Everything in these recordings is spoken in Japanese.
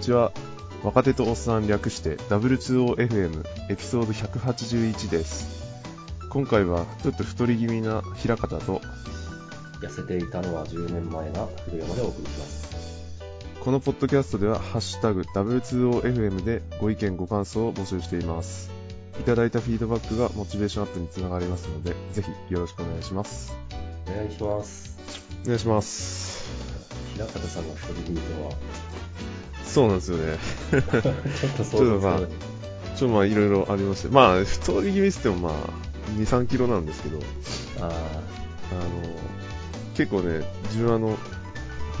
ちは。若手とおっさん略して W2OFM エピソード181です。今回はちょっと太り気味な平方と、痩せていたのは10年前な古山でお送りします。このポッドキャストではハッシュタグ W2OFM でご意見ご感想を募集しています。いただいたフィードバックがモチベーションアップにつながりますので、ぜひよろしくお願いします。お願いします。お願いします。平方さんが一人でいるのは、そうなんですよね。ちょっと想像つかないちょっとまちょ、まあいろいろありまして。まあ、太り気味っつってもまあ、2、3キロなんですけど、ああの、結構ね、自分あの、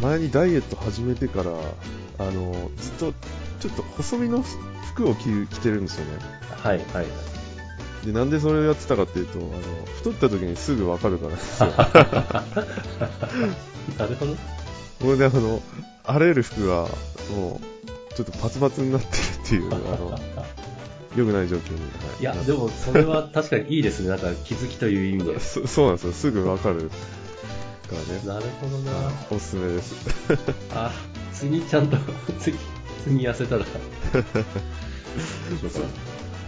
前にダイエット始めてから、あの、ずっと、ちょっと細身の服を着る着てるんですよね。あ、はいはいはい。で、なんでそれをやってたかっていうと、あの、太った時にすぐわか るからなんですよ。なるほど。これであの、あらゆる服が、もう、ちょっとパツパツになってるって いう、あの、良くない状況に。はいいや、でもそれは確かにいいですね。なんか気づきという意味で。そそうなんですよ。すぐわかるからね。なるほどな。おすすめです。あ、次ちゃんと 次、次痩せたら。どうしようか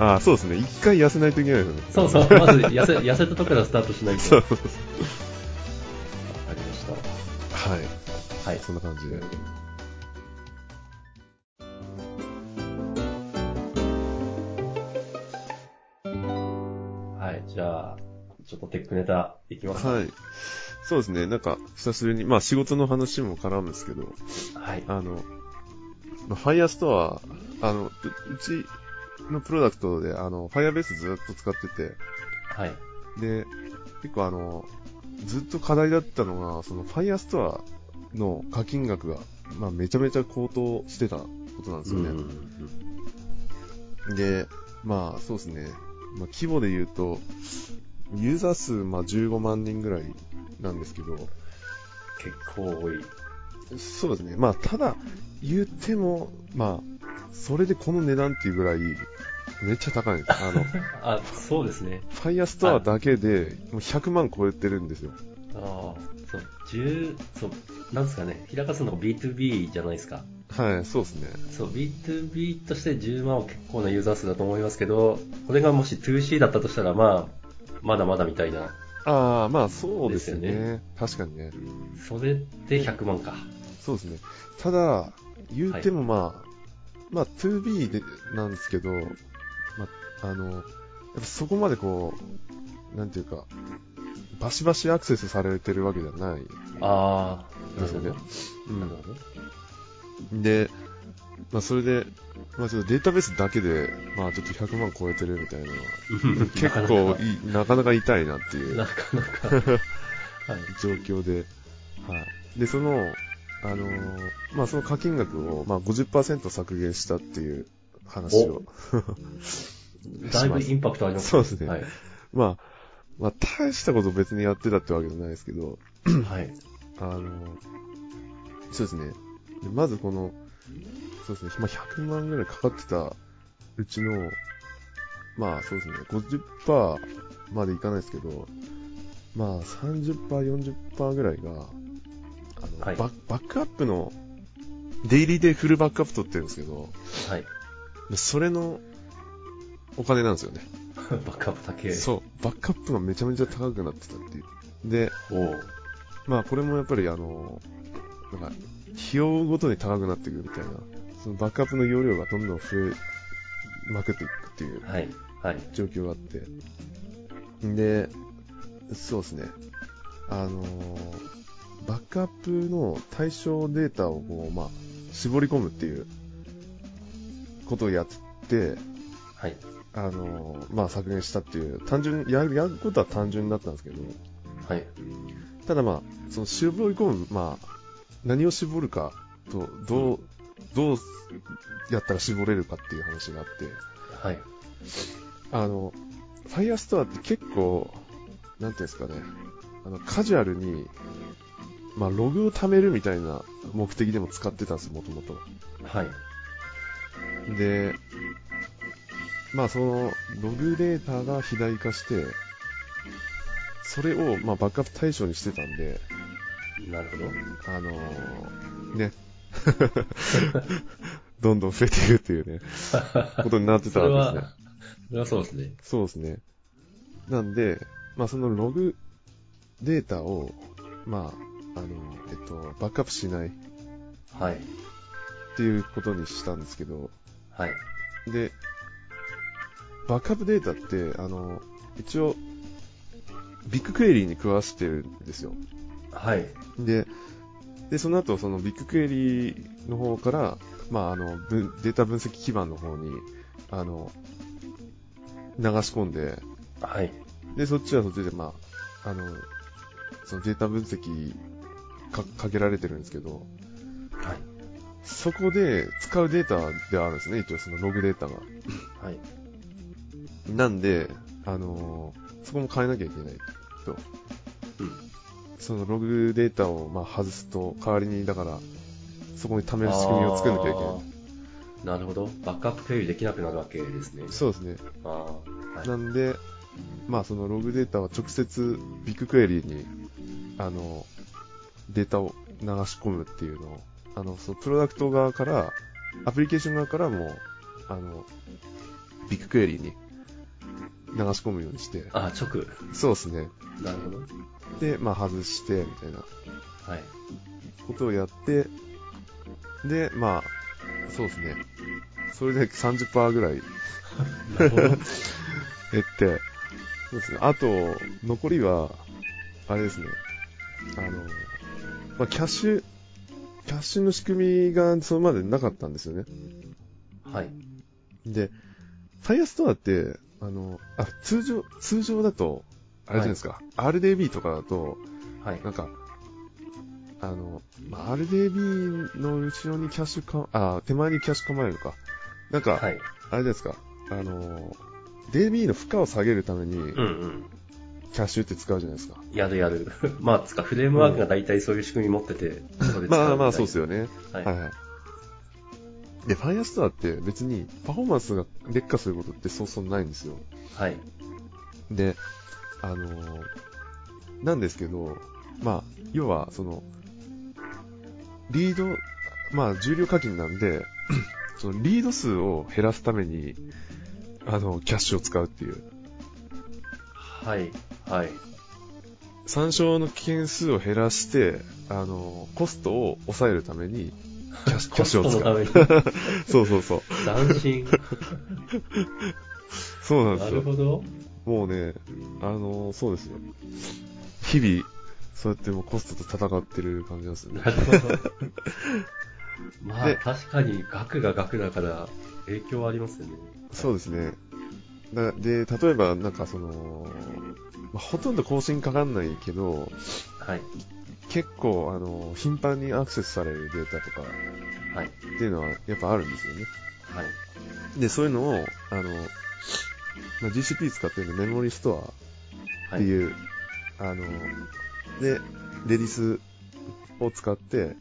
なああ、そうですね。一回痩せないといけないですよね。そうそう、まず痩せ痩せたとこからスタートしないと。そわうかそうそう。りました。はい。はい。そんな感じで。はい、じゃあ、ちょっとテックネタいきますか。はい。そうですね。なんか、久しぶりに、まあ仕事の話も絡むんですけど、はい。あの、まあファイアストア、あの、ううちのプロダクトで、あの、ファイアベースずっと使ってて、はい。で、結構あの、ずっと課題だったのが、そのファイアストアの課金額が、まあめちゃめちゃ高騰してたことなんですよね。ん。で、まあそうですね。まあ規模で言うと、ユーザー数まあ15万人ぐらいなんですけど、結構多い。そうですね。まあ、ただ、言っても、まあ、それでこの値段っていうぐらい、めっちゃ高いんです。あの、フあ、そうですね。ァイアストアだけで、もう100万超えてるんですよ。ああ、そう、10、そう、なんですかね、平川さんの B2B じゃないですか。はい、そうですね。そう、B2B として10万は結構なユーザー数だと思いますけど、これがもし 2C だったとしたら、まあ、まだまだみたいな。ああ、まあ、そうですよね。ですよ確かにね。それで100万か。そうですね。ただ、言ってもまあ、まあ、2B で、なんですけど、まあ、あの、やっぱそこまでこう、なんていうか、バシバシアクセスされてるわけじゃないああ、ですよね。うんなる ほど。で、まあ、それで、まあ、ちょっとデータベースだけで、まあ、ちょっと100万超えてるみたいなのは、結構いい、なかなか痛いなっていうなかなか。なかなかはい。 状況で、はい。で、その、あのーまあ、その課金額を、まあ、50%削減したっていう話を。だいぶインパクトありますそうですね。はい。まあ、まあ、大したこと別にやってたってわけじゃないですけど、 はい。あの、そうですね。でまずこの、そうですね、まあ、100万ぐらいかかってたうちの、まあそうですね、50%までいかないですけど、まあ30%、40%ぐらいが、あの、はいババックアップの、デイリーでフルバックアップ取ってるんですけど、はい。でそれのお金なんですよね。バックアップだけ。そう、バックアップがめちゃめちゃ高くなってたっていう。で、おう。まあこれもやっぱりあの、なんか、費用ごとに高くなってくるみたいな、そのバックアップの容量がどんどん増えまくっていくっていうはい。はい。状況があって、で、そうですね、あのー、バックアップの対象データをこう、まあ、絞り込むっていうことをやって、はい。あのー、まあ削減したっていう、単純、やる、やることは単純だったんですけど、はい。ただまあ、その絞り込む、まあ、何を絞るかと、どう、どうやったら絞れるかっていう話があって、はい。あの、ファイアストアって結構、なんていうんですかね、あの、カジュアルに、まあ、ログを貯めるみたいな目的でも使ってたんですよ、もともと。はい。で、まあそのログデータが肥大化して、それをまあバックアップ対象にしてたんで、 なるほど。あのーね。 どんどん増えていくっていうね、ことになってたそれわけですねは。、 それはそうですね。そうですね。なんで、まあそのログデータを、まあ、あの、えっと、バックアップしないっはい。ていうことにしたんですけど、はい。で、バックアップデータって、あの、一応、ビッグクエリーに食わしてるんですよ。はい。で、で、その後、そのビッグクエリの方から、まあ、あの、分データ分析基盤の方に、あの、流し込んで、はい。で、そっちはそっちで、まあ、あの、そのデータ分析か、かけられてるんですけど、はい。そこで使うデータではあるんですね、一応そのログデータが。はい。なんで、あのーそこも変えなきゃいけないと。うんそのログデータをまあ外すと、代わりに、だから、そこに貯める仕組みを作んなきゃいけない。あーなるほど。バックアップ共有できなくなるわけですね。そうですね。あーはいなんで、まあそのログデータは直接ビッグクエリーに、あの、データを流し込むっていうのを、あの、そのプロダクト側から、アプリケーション側からも、あの、ビッグクエリーに流し込むようにして、あ、直。そうですね。なるほど。で、まあ外して、みたいなはい。ことをやって、で、まあ、そうですね。それで30%ぐらいなるほど。減って、そうですね。あと、残りは、あれですね。あの、まあ、キャッシュ、キャッシュの仕組みがそれまでなかったんですよね。 はい。で、Firestore って、あの、あ、通常、通常だと、あれじゃないですか、RDB とかだと、はい。なんか、あの、まあ、RDB の後ろにキャッシュか、あ、手前にキャッシュ構えるのか。なんか、はあい。れじゃないですか、あの、DB の負荷を下げるために、うんうん。キャッシュって使うじゃないですか。やるやる。 まあ、つか、フレームワークが大体そういう仕組み持ってて、それ使まあまあ、そうですよ。よね。ははいい。はい。で、ファイアスターって別にパフォーマンスが劣化することってそうそうないんですよ。はい。で、あのーなんですけど、まあ、要は、その、リード、まあ、重量課金なんで、 そのリード数を減らすために、あの、キャッシュを使うっていう。はい。はい。参照の件数を減らして、あの、コストを抑えるために、キャッシュキャ コッシュストをの使たう。めに。そうそうそう。斬新。そうなんでなするよ。ほ ど。もうね、あのーそうですよ。日々、そうやってもうコストと戦ってる感じなんですよね。なるほど。まあ、で確かに、額が額だから、影響はありますよね。そうですね。だで、例えば、なんかその、まあほとんど更新かかんないけど、はい。結構、あのー、頻繁にアクセスされるデータとかっはい。ていうのはやっぱあるんですよね。はい。で、そういうのを、あの、まあ、GCP 使ってるんでメモリストアはってい。いう、あの、で、レディスを使って、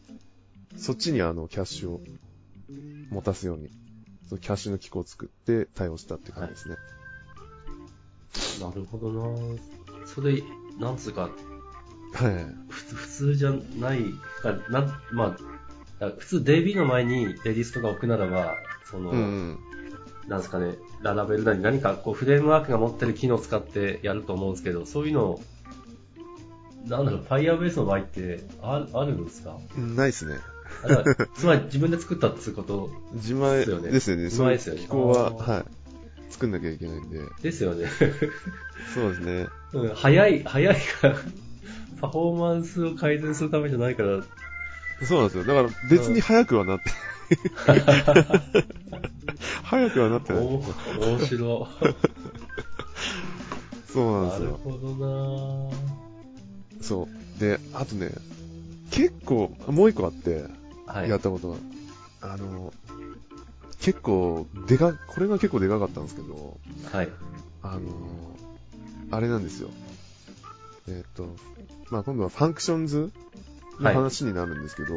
そっちにあの、キャッシュを持たすように、そのキャッシュの機構を作って対応したって感じですね。なるほどなそれ、なんつうか、はい。ふつ普通じゃないか、なん、まあ、だから普通 DB の前にレディストが置くならば、その、うんうん。なんですかね、ララベルなり何かこうフレームワークが持ってる機能を使ってやると思うんですけど、そういうのを、なんだろう、Firebase の場合ってああるんですかうんないっすね。あだからつまり自分で作ったってこと自前ですよねですよね。自前ですよねそういう機構は、あーはい。作んなきゃいけないんで。ですよね。 そうですね。うん、早い、早いから、パフォーマンスを改善するためじゃないから、そうなんですよ。だから別に早くは なって、早くはなってない。お面白い。そうなんでなするよ。ほどなそう。で、あとね、結構、もう一個あって、はい。やったことが、あの、結構、でか、これが結構でかかったんですけど、はい。あの、あれなんですよ。えっ、と、まあ、今度はファンクションズの話になるんですけど、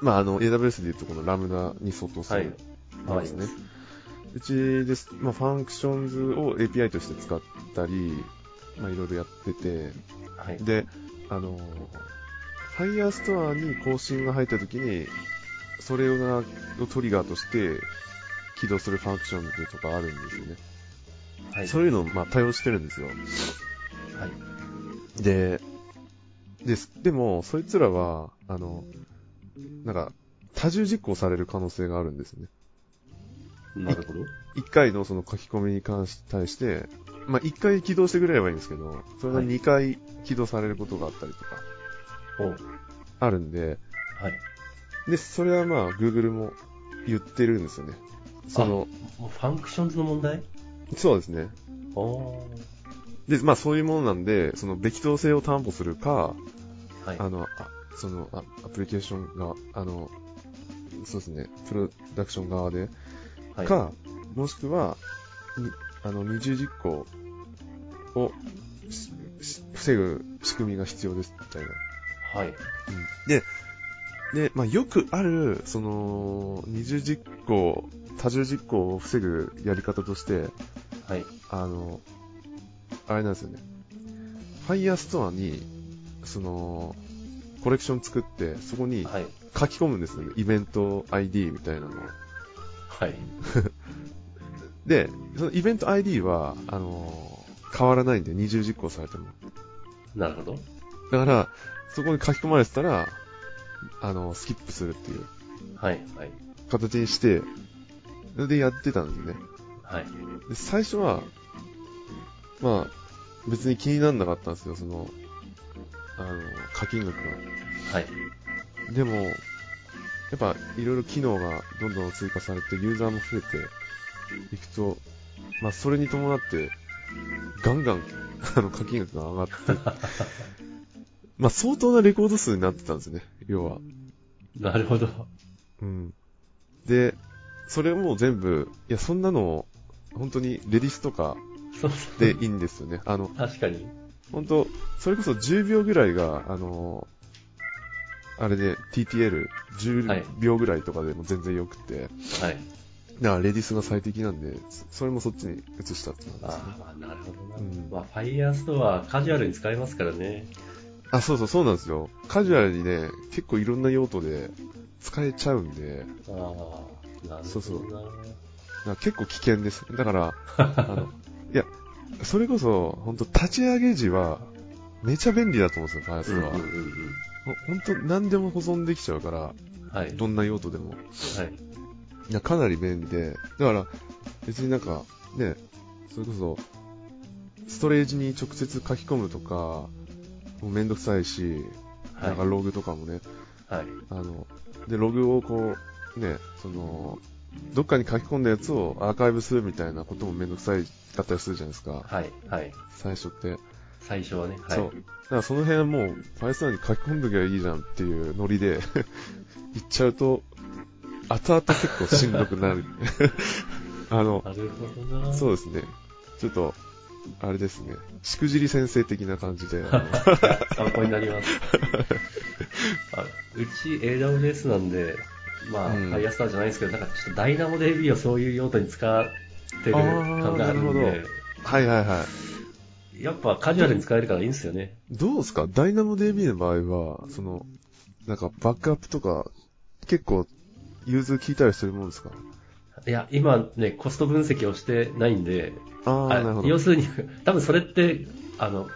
まあ、あの、AWS で言うとこのラムダに相当すはるい。ものですね。うちです、まあ、ファンクションズを API として使ったり、まあ、いろいろやってて、はい。で、あの、ファイヤーストアに更新が入った時に、それをトリガーとして起動するファンクションとかあるんですよね。はい。そういうのをまあ対応してるんですよ。はい。で、です。でも、そいつらは、あの、なんか、多重実行される可能性があるんですね。なるほど。一回のその書き込みに関し、対して、まあ、一回起動してくれればいいんですけど、それが二回起動されることがあったりとか、おうあるんで、はい。で、それはまあ、Google も言ってるんですよね。その、もうファンクションズの問題そうですね。おおで、まあ、そういうものなんで、その、べき当性を担保するか、ー。はい。あの、あそのあ、アプリケーションが、あの、そうですね、プロダクション側で、はい、か、もしくは、にあの、二重実行をしし防ぐ仕組みが必要です、みたいな。はい。で、で、まあ、よくある、その、二重実行、多重実行を防ぐやり方として、はい。あの、あれなんですよね。ファイヤーストアに、その、コレクション作って、そこにはい。書き込むんですよね。イベント ID みたいなのを。はい。で、そのイベント ID は、あの、変わらないんで、二重実行されても。なるほど。だから、そこに書き込まれてたら、あの、スキップするっていうはい。はい。形にして、それでやってたんですよね。はい。で、最初は、まあ、別に気にならなかったんですよ、その、あの、課金額が。はい。でも、やっぱ、いろいろ機能がどんどん追加されて、ユーザーも増えていくと、まあ、それに伴って、ガンガン、あの、課金額が上がって、 まあ、相当なレコード数になってたんですね、要は。なるほど。うん。で、それをもう全部、いや、そんなの、本当に、レディスとかそうそうでいいんですよね。あの、確かに。本当それこそ10秒ぐらいが、あのーあれで TTL10 はい秒ぐらいとかでも全然良くて、はい。だからレディスが最適なんで、そそれもそっちに移したってなんですねあ。あ、まあ、なるほどな。うんまあ、ファイヤーストア、カジュアルに使えますからね。あ、そうそう、そうなんですよ。カジュアルにね、結構いろんな用途で使えちゃうんで、ああ、なるほどな。そうそうなんか結構危険です。だから、あ の、いや、それこそ、本当立ち上げ時は、めちゃ便利だと思うんですよ、ファイアスうんトうは。んほうん本当何でも保存できちゃうから、うん。はい。どんな用途でも。はい。いや、かなり便利で、だから、別になんか、ね、それこそ、ストレージに直接書き込むとか、もうめんどくさいし、はなんかい。ログとかもね、はい。あの、で、ログをこう、ね、その、どっかに書き込んだやつをアーカイブするみたいなこともめんどくさいだったりするじゃないですか、はい。はい。最初って。最初はね。はい。そう。だからその辺はもう、ファイスターに書き込んどきゃいいじゃんっていうノリで、 言っちゃうと、後々結構しんどくなる。 あの、なるほどな。そうですね。ちょっと、あれですね。しくじり先生的な感じ で、あの参考になり ます。あうち AWS なんで、まあ、うんファイアスターじゃないですけど、なんかちょっとダイナモ DB をそういう用途に使ってる感があるあーんなるで、はいはいはい。やっぱカジュアルに使えるからいいんですよね。どうですかダイナモ DB の場合は、その、なんかバックアップとか、結構、融通聞いたりするもんですかいや、今ね、コスト分析をしてないんで、ああ、あなるほ要ど。するに、多分それって、あの、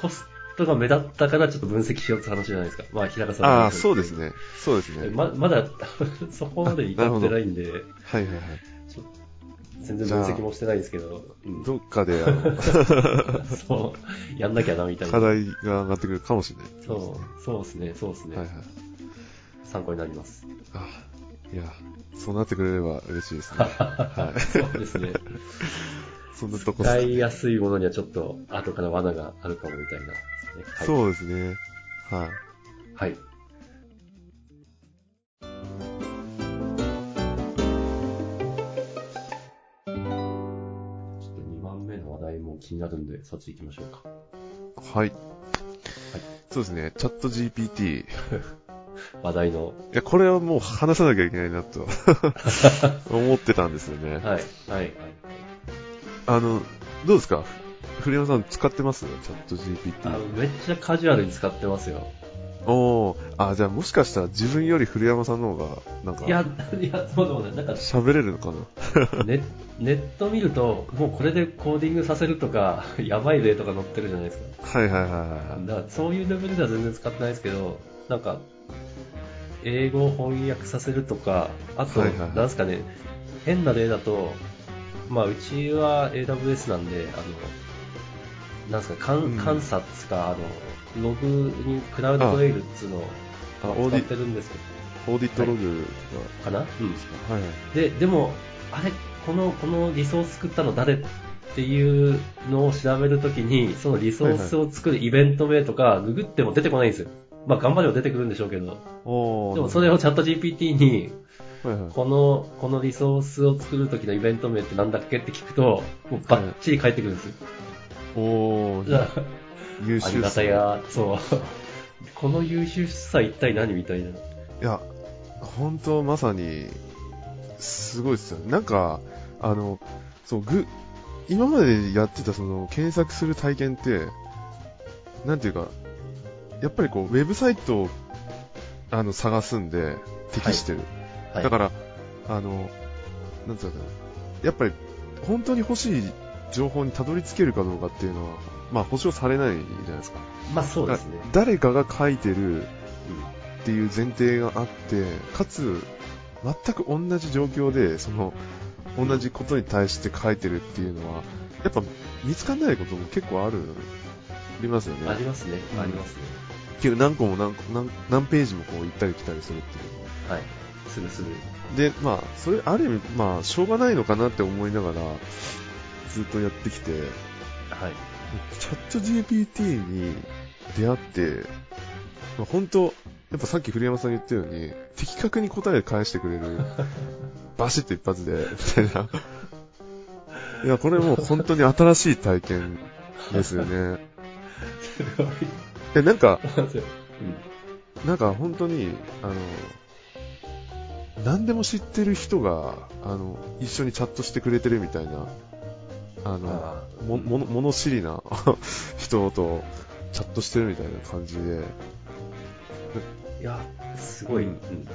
コストが目立ったからちょっと分析しようって話じゃないですか。まあ、平川さんの話あなんあ、けどそうです。ね。そうですね。ままだ そこまで至ってないんで、はいはいはい。全然分析もしてないですけど、うんどっかで、あの、そう、やんなきゃなみたい課な。題が上がってくるかもしれない。そう、そうですね、そうですね、はいはい。参考になります。あいや、そうなってくれれば嬉しいですね。は そうですね。い。そんなとこっす使いやすいものにはちょっと後から罠があるかもみたいな、はい。そうですね。はい。はい。ちょっと2番目の話題も気になるんで、そっち行きましょうか。はい。そうですね、チャット GPT。い話題の。や、これはもう話さなきゃいけないな と思ってたんですよね。はい、はい、はい。あの、どうですかふ古山さん使ってますチャット GPT。あのめっちゃカジュアルに使ってますよ。おーあ、じゃあもしかしたら自分より古山さんの方が、なんかい、や、いや、そうでもない。なんか、喋れるのかなネネット見ると、もうこれでコーディングさせるとか、 やばい例とか載ってるじゃないですか。はいはいはいはい。だからそういうレベルでは全然使ってないですけど、なんか、英語を翻訳させるとか、あと、はいはいはいなんですかね、変な例だと、まあ、うちは AWS なんで、あの、なんですか、うん観観察か、あの、ログにクラウドトレイルっつうのをあ、まあオー使デっィてるんですけオーディットログど、かなうん。とか、はいはい。で、でも、あれ、この、このリソース作ったの誰っていうのを調べるときに、そのリソースを作るイベント名とか、ググっても出てこないんですよ。まあ、頑張れば出てくるんでしょうけど。おーでも、それをチャット GPT に、はいはい。この、このリソースを作るときのイベント名ってなんだっけって聞くと、もうバッチリ返ってくるんですよ。おだーから優あ秀りっがすたねいな、そう。この優秀さ一体何みたいな。いや、本当まさに、すごいですよね。なんか、あの、そう、ぐ、今までやってたその、検索する体験って、なんていうか、やっぱりこう、ウェブサイトを、あの、探すんで、適してる。はい。だから、あの、なんていうのかな、やっぱり、本当に欲しい情報にたどり着けるかどうかっていうのは、まあ、保証されないじゃないですか。まあ、そうですね。誰かが書いてるっていう前提があって、かつ、全く同じ状況で、その、同じことに対して書いてるっていうのは、やっぱ見つかんないことも結構ある、ありますようんあねり。ますね。うんありますね。結構何個も何個何何ページもこう行ったり来たりするっていう。はい。するする。で、まあ、それ、ある意味、まあ、しょうがないのかなって思いながら、ずっとやってきて、はい。チャット GPT に出会って、まあ、本当、やっぱさっき古山さん言ったように、的確に答え返してくれる、バシッと一発で、みたいな。いや、これもう本当に新しい体験ですよね。すごい。いや、なんか、うんなんか本当に、あの、何でも知ってる人が、あの、一緒にチャットしてくれてるみたいな、あの、あも、もの、物知りな 人とチャットしてるみたいな感じで、 ーいや、すごい、うんうん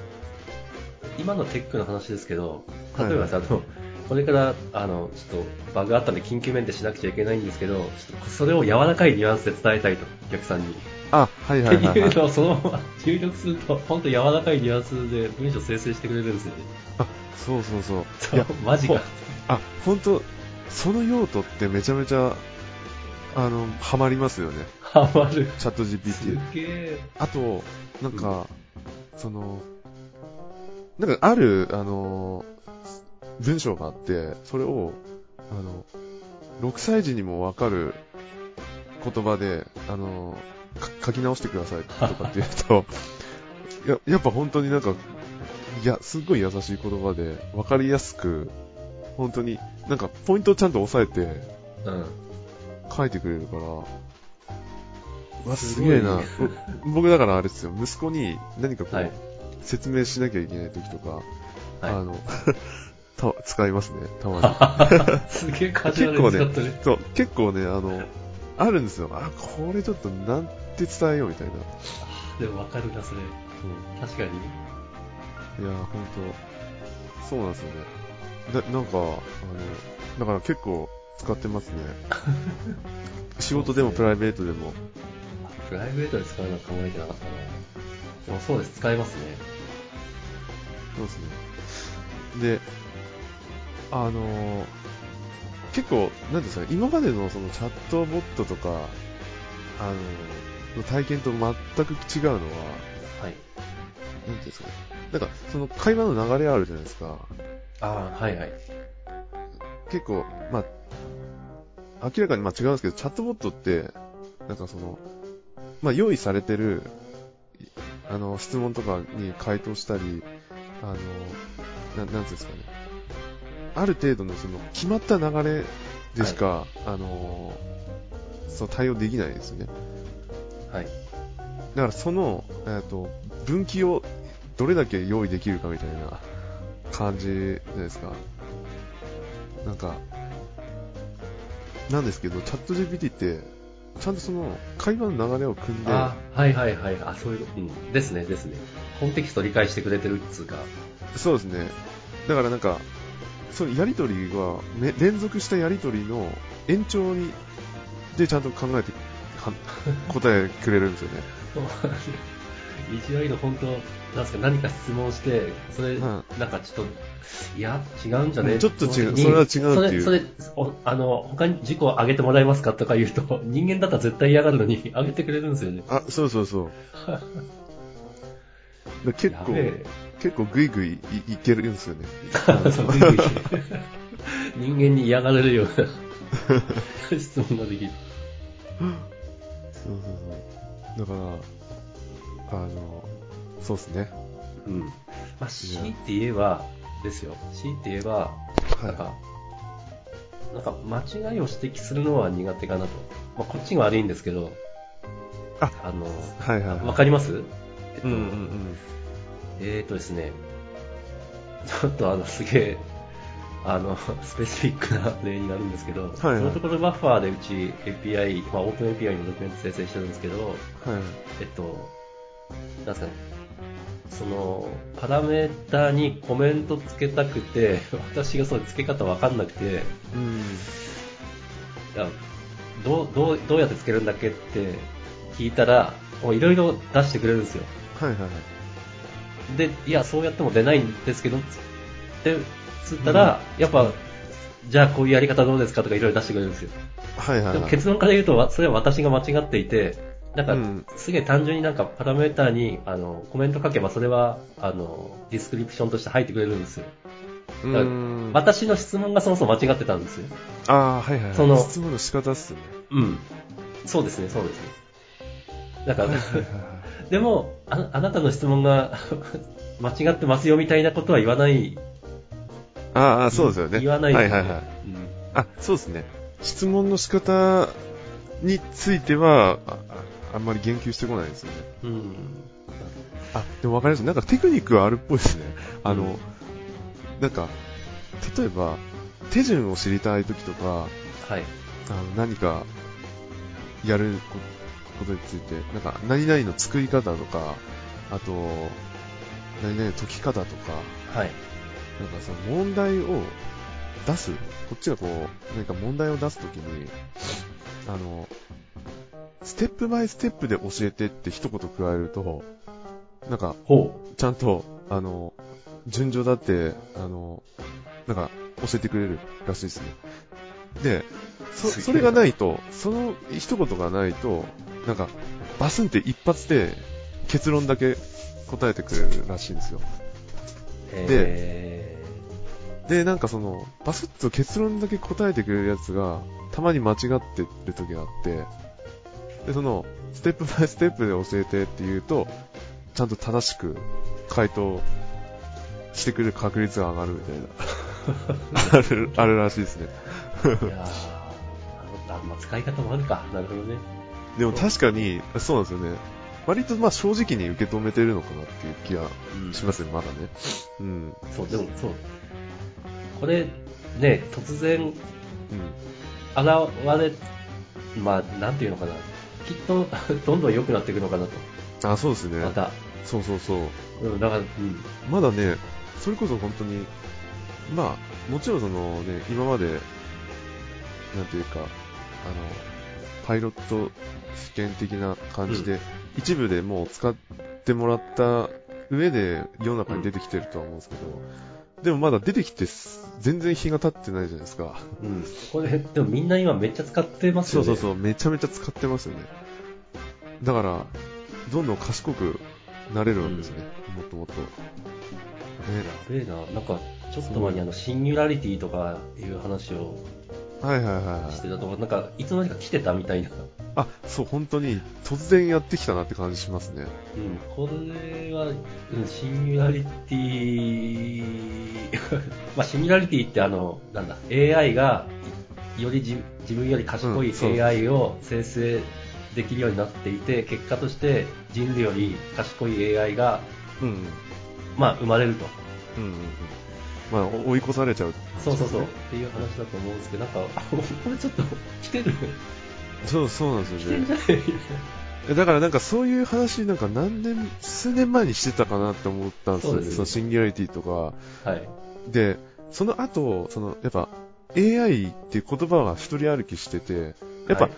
今のテックの話ですけど、はい例えばさ、あの、これから、あの、ちょっとバグあったんで緊急メンテしなくちゃいけないんですけど、ちょっとそれを柔らかいニュアンスで伝えたいと、お客さんに。あ、はいはいっはてい、いはうい。 のをそのまま入力すると、ほんと柔らかいニュアンスで文章生成してくれるんですよね。あ、そうそうそう。いそうや、マジか。あ、本当その用途ってめちゃめちゃ、あの、ハマりますよね。 ハマる。チャットす GPT。げえ。あと、なんか、その、なんかある、あの、文章があって、それを、あの、6歳児にもわかる言葉で、あの、か書き直してくださいとかって言うと、や、やっぱ本当になんか、いや、すっごい優しい言葉で、わかりやすく、本当に、なんかポイントをちゃんと押さえてうん。書いてくれるから、うわ、すげえな。う僕だからあれですよ、息子に何かこう、はい説明しなきゃいけない時とか、あはの、 た使いますね、たまに。い。 すげえカジュアルに使ってる。そう、結構ね、あの、あるんですよ。あ、これちょっとなんて伝えようみたいな。でもわかるな、それ。確かに。いやー、ほんと、そうなんですよね。ななんか、あの、だから結構使ってますね。仕事でもプライベートでも。プライベートで使うのは考えてなかったな。でもそうです、使えますね。そうですね。で、あのー結構、なんていうんですかね、今までのそのチャットボットとか、あのーの体験と全く違うのは、はい。なんていうんですかね、なんか、その会話の流れあるじゃないですか。ああ、はいはい。結構、まあ、明らかにまあ違うんですけど、チャットボットって、なんかその、まあ用意されてる、いあの、質問とかに回答したり、あの、ななんていうんですかね。ある程度のその、決まった流れでしか、あの、そう対応できないですよね。はい。だからその、えー、と分岐をどれだけ用意できるかみたいな感じじゃないですか。なんか、なんですけど、チャット GPT って、ちゃんとその会話の流れを組んで、あはいはいはい。あ、そういう、うん。ですね、ですね。コンテキストを理解してくれてるっつうか。 そうですね。だからなんか、そのやりとりは、ね、連続したやりとりの延長に、でちゃんと考えて、は答えくれるんですよね。意地悪いの本当、なんすか、何か質問して、それ、はなんかちょっと、いや、違うんじゃねちょっと違うその時そにれは違うっていうそれ、それおあの、他に事故上げてもらえますかとか言うと、 人間だったら絶対嫌がるのに、上げてくれるんですよね。あ、そうそう そう。だからやべ結え構、結構グイグイいいけるんですよね。そうグイグイ 人間に嫌がられるよう な質問ができる。そうそうそう。だから、あの、そうですね。うん。まあ、強いて言えば、ですよ。強いて言えば、はなんか、なんか間違いを指摘するのは苦手かなと。まあ、こっちが悪いんですけど、あの、はいはいはい。わかりますえっと、うんうんうん。えーとですね、ちょっとあの、すげえ、あの、スペシフィックな例になるんですけど、はいはいプロトコルバッファーでうち API、まあ、オープン API のドキュメント生成してるんですけど、はい。えっと、なんですかね、その、パラメータにコメントつけたくて、私がその付け方わかんなくて、うん。いやどう、どう、どうやってつけるんだっけって聞いたら、もういろいろ出してくれるんですよ。はいはいはい。で、いや、そうやっても出ないんですけど、つって、つったら、やっぱ、じゃあこういうやり方どうですかとかいろいろ出してくれるんですよ。はいはいではもい。結論から言うと、わそれは私が間違っていて、なんか、うんすげえ単純になんかパラメーターにあのコメント書けば、それはあのディスクリプションとして入ってくれるんですよ。うだからん。私の質問がそもそも間違ってたんですよ。ああ、はいはいはい。その質問の仕方っすね。うん。そうですね、そうですね。だかはい らはい、はでもあ、あなたの質問が 間違ってますよみたいなことは言わない。い。ああ、そうですよね。言わない、はいはいはい。うんあ、そうですね。質問の仕方については、あああんまり言及してこないですよね。うん。あ、でもわかります。なんかテクニックはあるっぽいですね。あの、うんなんか、例えば、手順を知りたいときとか、はい。あの、何か、やるこことについて、なんか、何々の作り方とか、あと、何々の解き方とか、はい。なんかその問題を出す、こっちがこう、何か問題を出すときに、あの、ステップバイステップで教えてって一言加えると、なんか、ほう。ちゃんと、あの、順序だって、あの、なんか、教えてくれるらしいですね。で、そ、すげえそれがないと、その一言がないと、なんか、バスンって一発で結論だけ答えてくれるらしいんですよ。えで、なんかその、バスッと結論だけ答えてくれるやつが、たまに間違ってる時があって、で、その、ステップ バイステップで教えてって言うと、ちゃんと正しく回答してくれる確率が上がるみたいな。 ある、あるらしいですね。 ー、いやーあのあまあ使い方もあるか。なるほどね。でも確かに、そうなんですよね。割とまあ正直に受け止めてるのかなっていう気がうんしますね、まだね。うん。そう、でもそう。これ、ね、突然現うん。れ、まあ、なんていうのかな。きっと、 どんどん良くなっていくのかなと。あ、そうですね。また。そうそうそう。うん、だから、うん。まだね、それこそ本当に、まあ、もちろんそのね、今まで、なんていうか、あの、パイロット試験的な感じで、一部でもう使ってもらった上で世の中に出てきてるとは思うんですけど、でもまだ出てきてす全然日が経ってないじゃないですか。うん。これ、でもみんな今めっちゃ使ってますそようね。そうそう、 めちゃめちゃ使ってますよね。だから、どんどん賢くなれるわけですよね、もっともっと。ね、やべえな。なんか、ちょっと前にあの、シンギュラリティとかいう話をはいはいはいはい。してたとこなんか、いつの間にか来てたみたいな。あ、そう、本当に突然やってきたなって感じしますね。うん、これは、うん、シンギュラリティ、 まあ、シンギュラリティってあの、なんだ、AI が、よりじ自分より賢うんそうい AI を生成できるようになっていて、結果として人類より賢い AI が、うん。うんまあ、生まれると。うんうん。まあ、お追い越されちゃう。 そうそうそう。っていう話だと思うんですけど、なんか、あこれちょっと来てる。そう、そうなんですよ来てんねじゃねえみたいいや。だからなんかそういう話、なんか何年、数年前にしてたかなって思ったんですよね。そうそですねのシンギュラリティとか。な。はい。で、その後、その、やっぱ、AI っていう言葉が一人歩きしてて、やっぱ、はい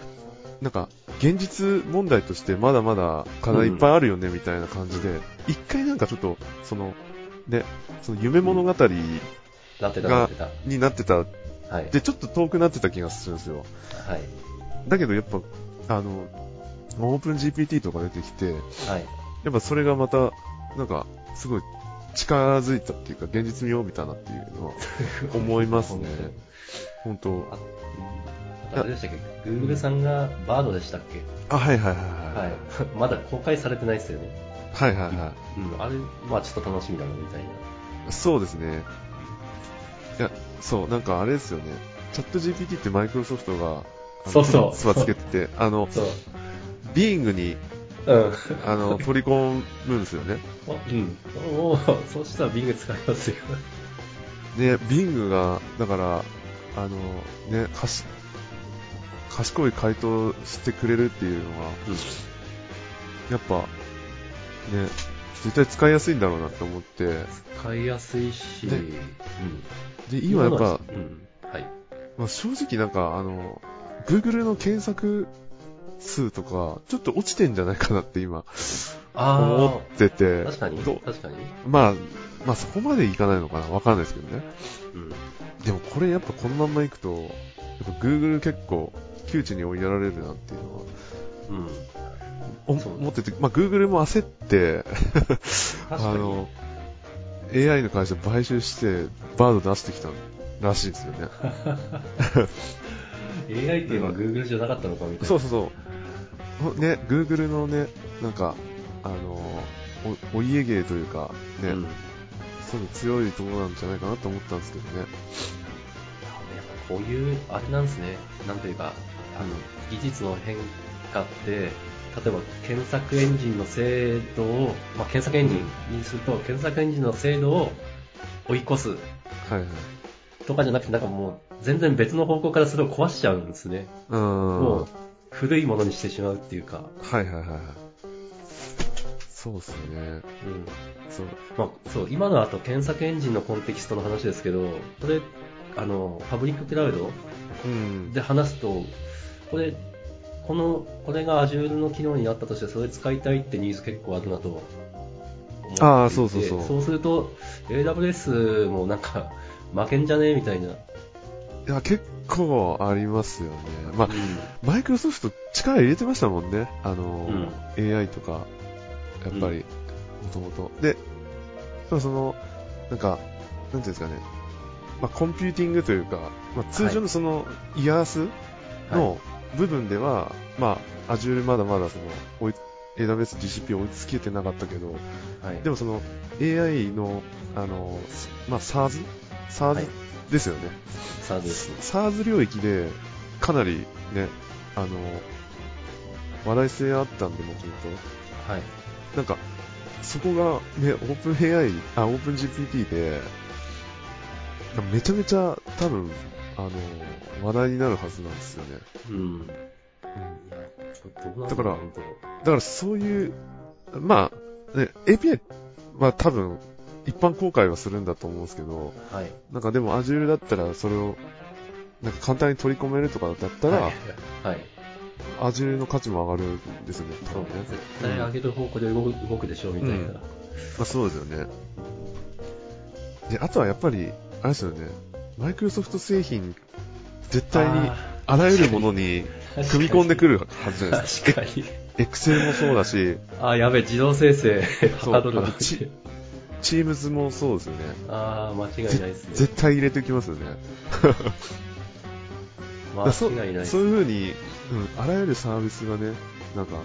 なんか、現実問題としてまだまだ課題いっぱいあるよね、みたいな感じで、一回なんかちょっと、その、ね、その夢物語なってた、なってた。になってた、はい。で、ちょっと遠くなってた気がするんですよ。はい。だけどやっぱ、あの、オープン GPT とか出てきて、はい。やっぱそれがまた、なんか、すごい近づいたっていうか、現実味を帯びたなっていうのは思いますね。 本当。あとあれでしたっけ ?Google さんがバードでしたっけあ、はいはいはいはい。 まだ公開されてないっすよね。はい。はいはいはうん。あれ、まあちょっと楽しみだな、みたいな。い。そうですね。いや、そう、なんかあれですよね。チャット GPT ってマイクロソフトが、あのそうそうつばつけてて、あの、そう。ビーイングに、うん。あの、取り込むんですよね。 あうん。おお、そしたらビング使いますよ。ね、ビングが、だから、あの、ね、かし、賢い回答してくれるっていうのは、やっぱ、ね、絶対使いやすいんだろうなって思って、使いやすいし、ねうん。で、今やっぱ、うん。はい。まあ、正直なんか、あの、Google の検索数とか、ちょっと落ちてんじゃないかなって今、思あっててあ、、確かに。ど確かに。まあ、まあそこまでいかないのかなわかんないですけどね。うん。でもこれやっぱこのまんまいくと、やっぱ Google 結構、窮地に追いやられるなっていうのはうん。おそう思ってて、まあ、Google も焦って、確 あかに。の、AI の会社買収して、バード出してきたらしいんですよね。 AI っていうのは Google じゃなかったのかみたい な。そうそうそうほ。ね、Google のね、なんか、あの、おお家芸というか、ね、うん。やっそういうの強いところなんじゃないかなと思ったんですけどね。ぱこういう、あれなんですね。なんというか、あの、技術の変化って、例えば検索エンジンの精度を、まあ、検索エンジンにすると、検索エンジンの精度を追い越すはいはい。とかじゃなくて、なんかもう、全然別の方向からそれを壊しちゃうんですね。うーん。もうは、古いものにしてしまうっていうか。いはいはいはい。そうですよね。うん。そう。まあ、そう、今のあと検索エンジンのコンテキストの話ですけど、これ、あの、パブリッククラウドうん。で話すと、これ、この、これが Azure の機能になったとして、それ使いたいってニーズ結構あるなと思っていて。あーそうそうそうそうすると、AWS もなんか、負けんじゃねえみたいな。いや、結構ありますよね。まあう、んマイクロソフト力入れてましたもんね。あの、AI とか、やっぱり、もともと。で、そうその、なんか、なんていうんですかね。まあ、コンピューティングというか、まあ、通常のその、イヤースはの部分では、まあ、Azure まだまだその、追い AWS GCP 追いつけてなかったけど、い。はいでもその、AI の、あの、まあ、SARS?SARS はいですよね。サービス。 SARS 領域で、かなりね、あの、話題性あったんで、もともと。はい。なんか、そこが、ね、オープン AI、あ、オープン GPT で、めちゃめちゃ多分、あの、話題になるはずなんですよね。うん。ういんやどどうなだんろかうら本当だからそういう、まあ、ね、API は多分、一般公開はするんだと思うんですけど、はい。なんかでも Azure だったらそれを、なんか簡単に取り込めるとかだったら、はい。 はい。 Azure の価値も上がるんですよね、多そう分ねね。、絶対上げる方向で動く,、動くでしょうみたいな。まあ、そうですよね。で、あとはやっぱり、あれですよね、マイクロソフト製品、絶対にああらゆるものにー組み込んでくるはずじゃないです確かに。か。Excel もそうだし、あーやべえ、自動生成、そうはかどるわあのち Teams もそうですよね。ああ、間違いないですね。絶対入れてきますよね。間そう違いないですそういうふうに、うん、あらゆるサービスがね、なんかその、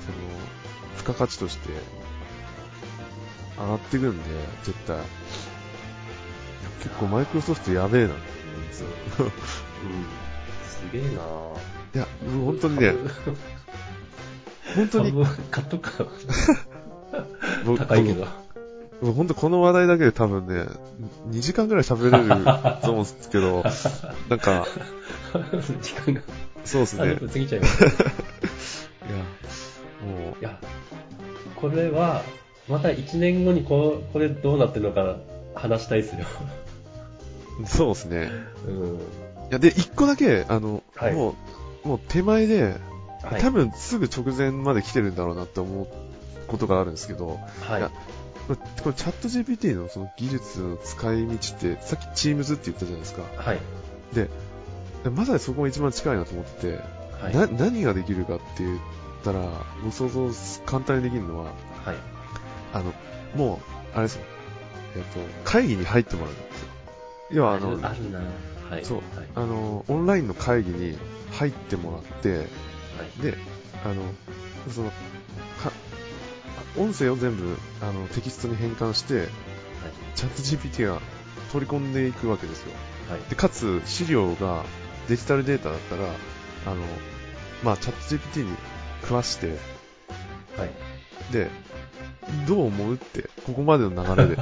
付加価値として上がっていくんで、絶対。いや結構マイクロソフトやべえなって思うんですよ。 うん。すげえなぁいや、もう本当に ね、本当に、株買っとくか。僕高いけど。僕本当この話題だけで多分ね、2時間ぐらい喋れると思うんですけど、なんか、時間が。そうですね。い30分過ぎちゃいました。いや、もや、これは、また1年後にここれどうなってるのか話したいですよ。う、そうですね。うん。いや、で、一個だけ、あの、はいもう、もう手前で、はい。多分すぐ直前まで来てるんだろうなって思うことがあるんですけど、はい。まこれチャット GPT のその技術の使い道って、さっき Teams って言ったじゃないですか。はい。でまさにそこが一番近いなと思ってて、はい。な何ができるかって言ったら、もう想像す簡単にできるのは、はい。あの、もう、あれですよ、えっと、会議に入ってもらう。要はあの、あるな。はい。そうはい。あの、オンラインの会議に入ってもらって、はい。で、あの、その、か音声を全部あのテキストに変換して、チャット GPT が取り込んでいくわけですよ。はい。で、かつ資料がデジタルデータだったら、あの、まあ、チャット GPT に食わして、はい。で、どう思うって、ここまでの流れで。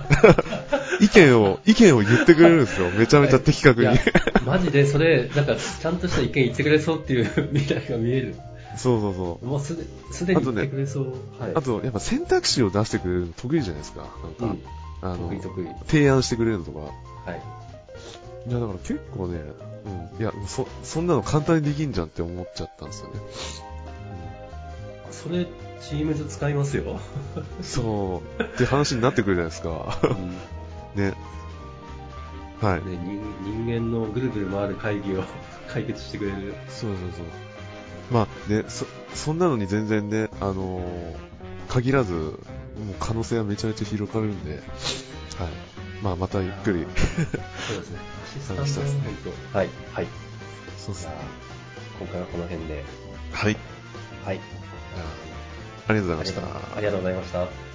意見を、意見を言ってくれるんですよ。めちゃめちゃ的確に。いやマジでそれ、なんか、ちゃんとした意見言ってくれそうっていう未来が見える。そうそうそう。もうすで、すでに言ってくれそう。はい。あと、やっぱ選択肢を出してくれるの得意じゃないですか。なんか、うん。あの得意、得意。は提案してくれるのとか。い。いや、だから結構ね、うん。いや、そ、そんなの簡単にできんじゃんって思っちゃったんですよね。それ、チームズ使いますよ。うんそう。って話になってくるじゃないですか。うんね。はい。ね、人人間のぐるぐる回る会議を 解決してくれる。そうそうそう。まあね、そ、そんなのに全然ね、あのー限らず、もう可能性はめちゃめちゃ広がるんで、はい。まあまたゆっくり。そうですね。アシスタント話したいですね本当はい。はい。そうっすじゃね。あ、今回はこの辺で。はい。はい。ありがとうございましあた。りがとうございました。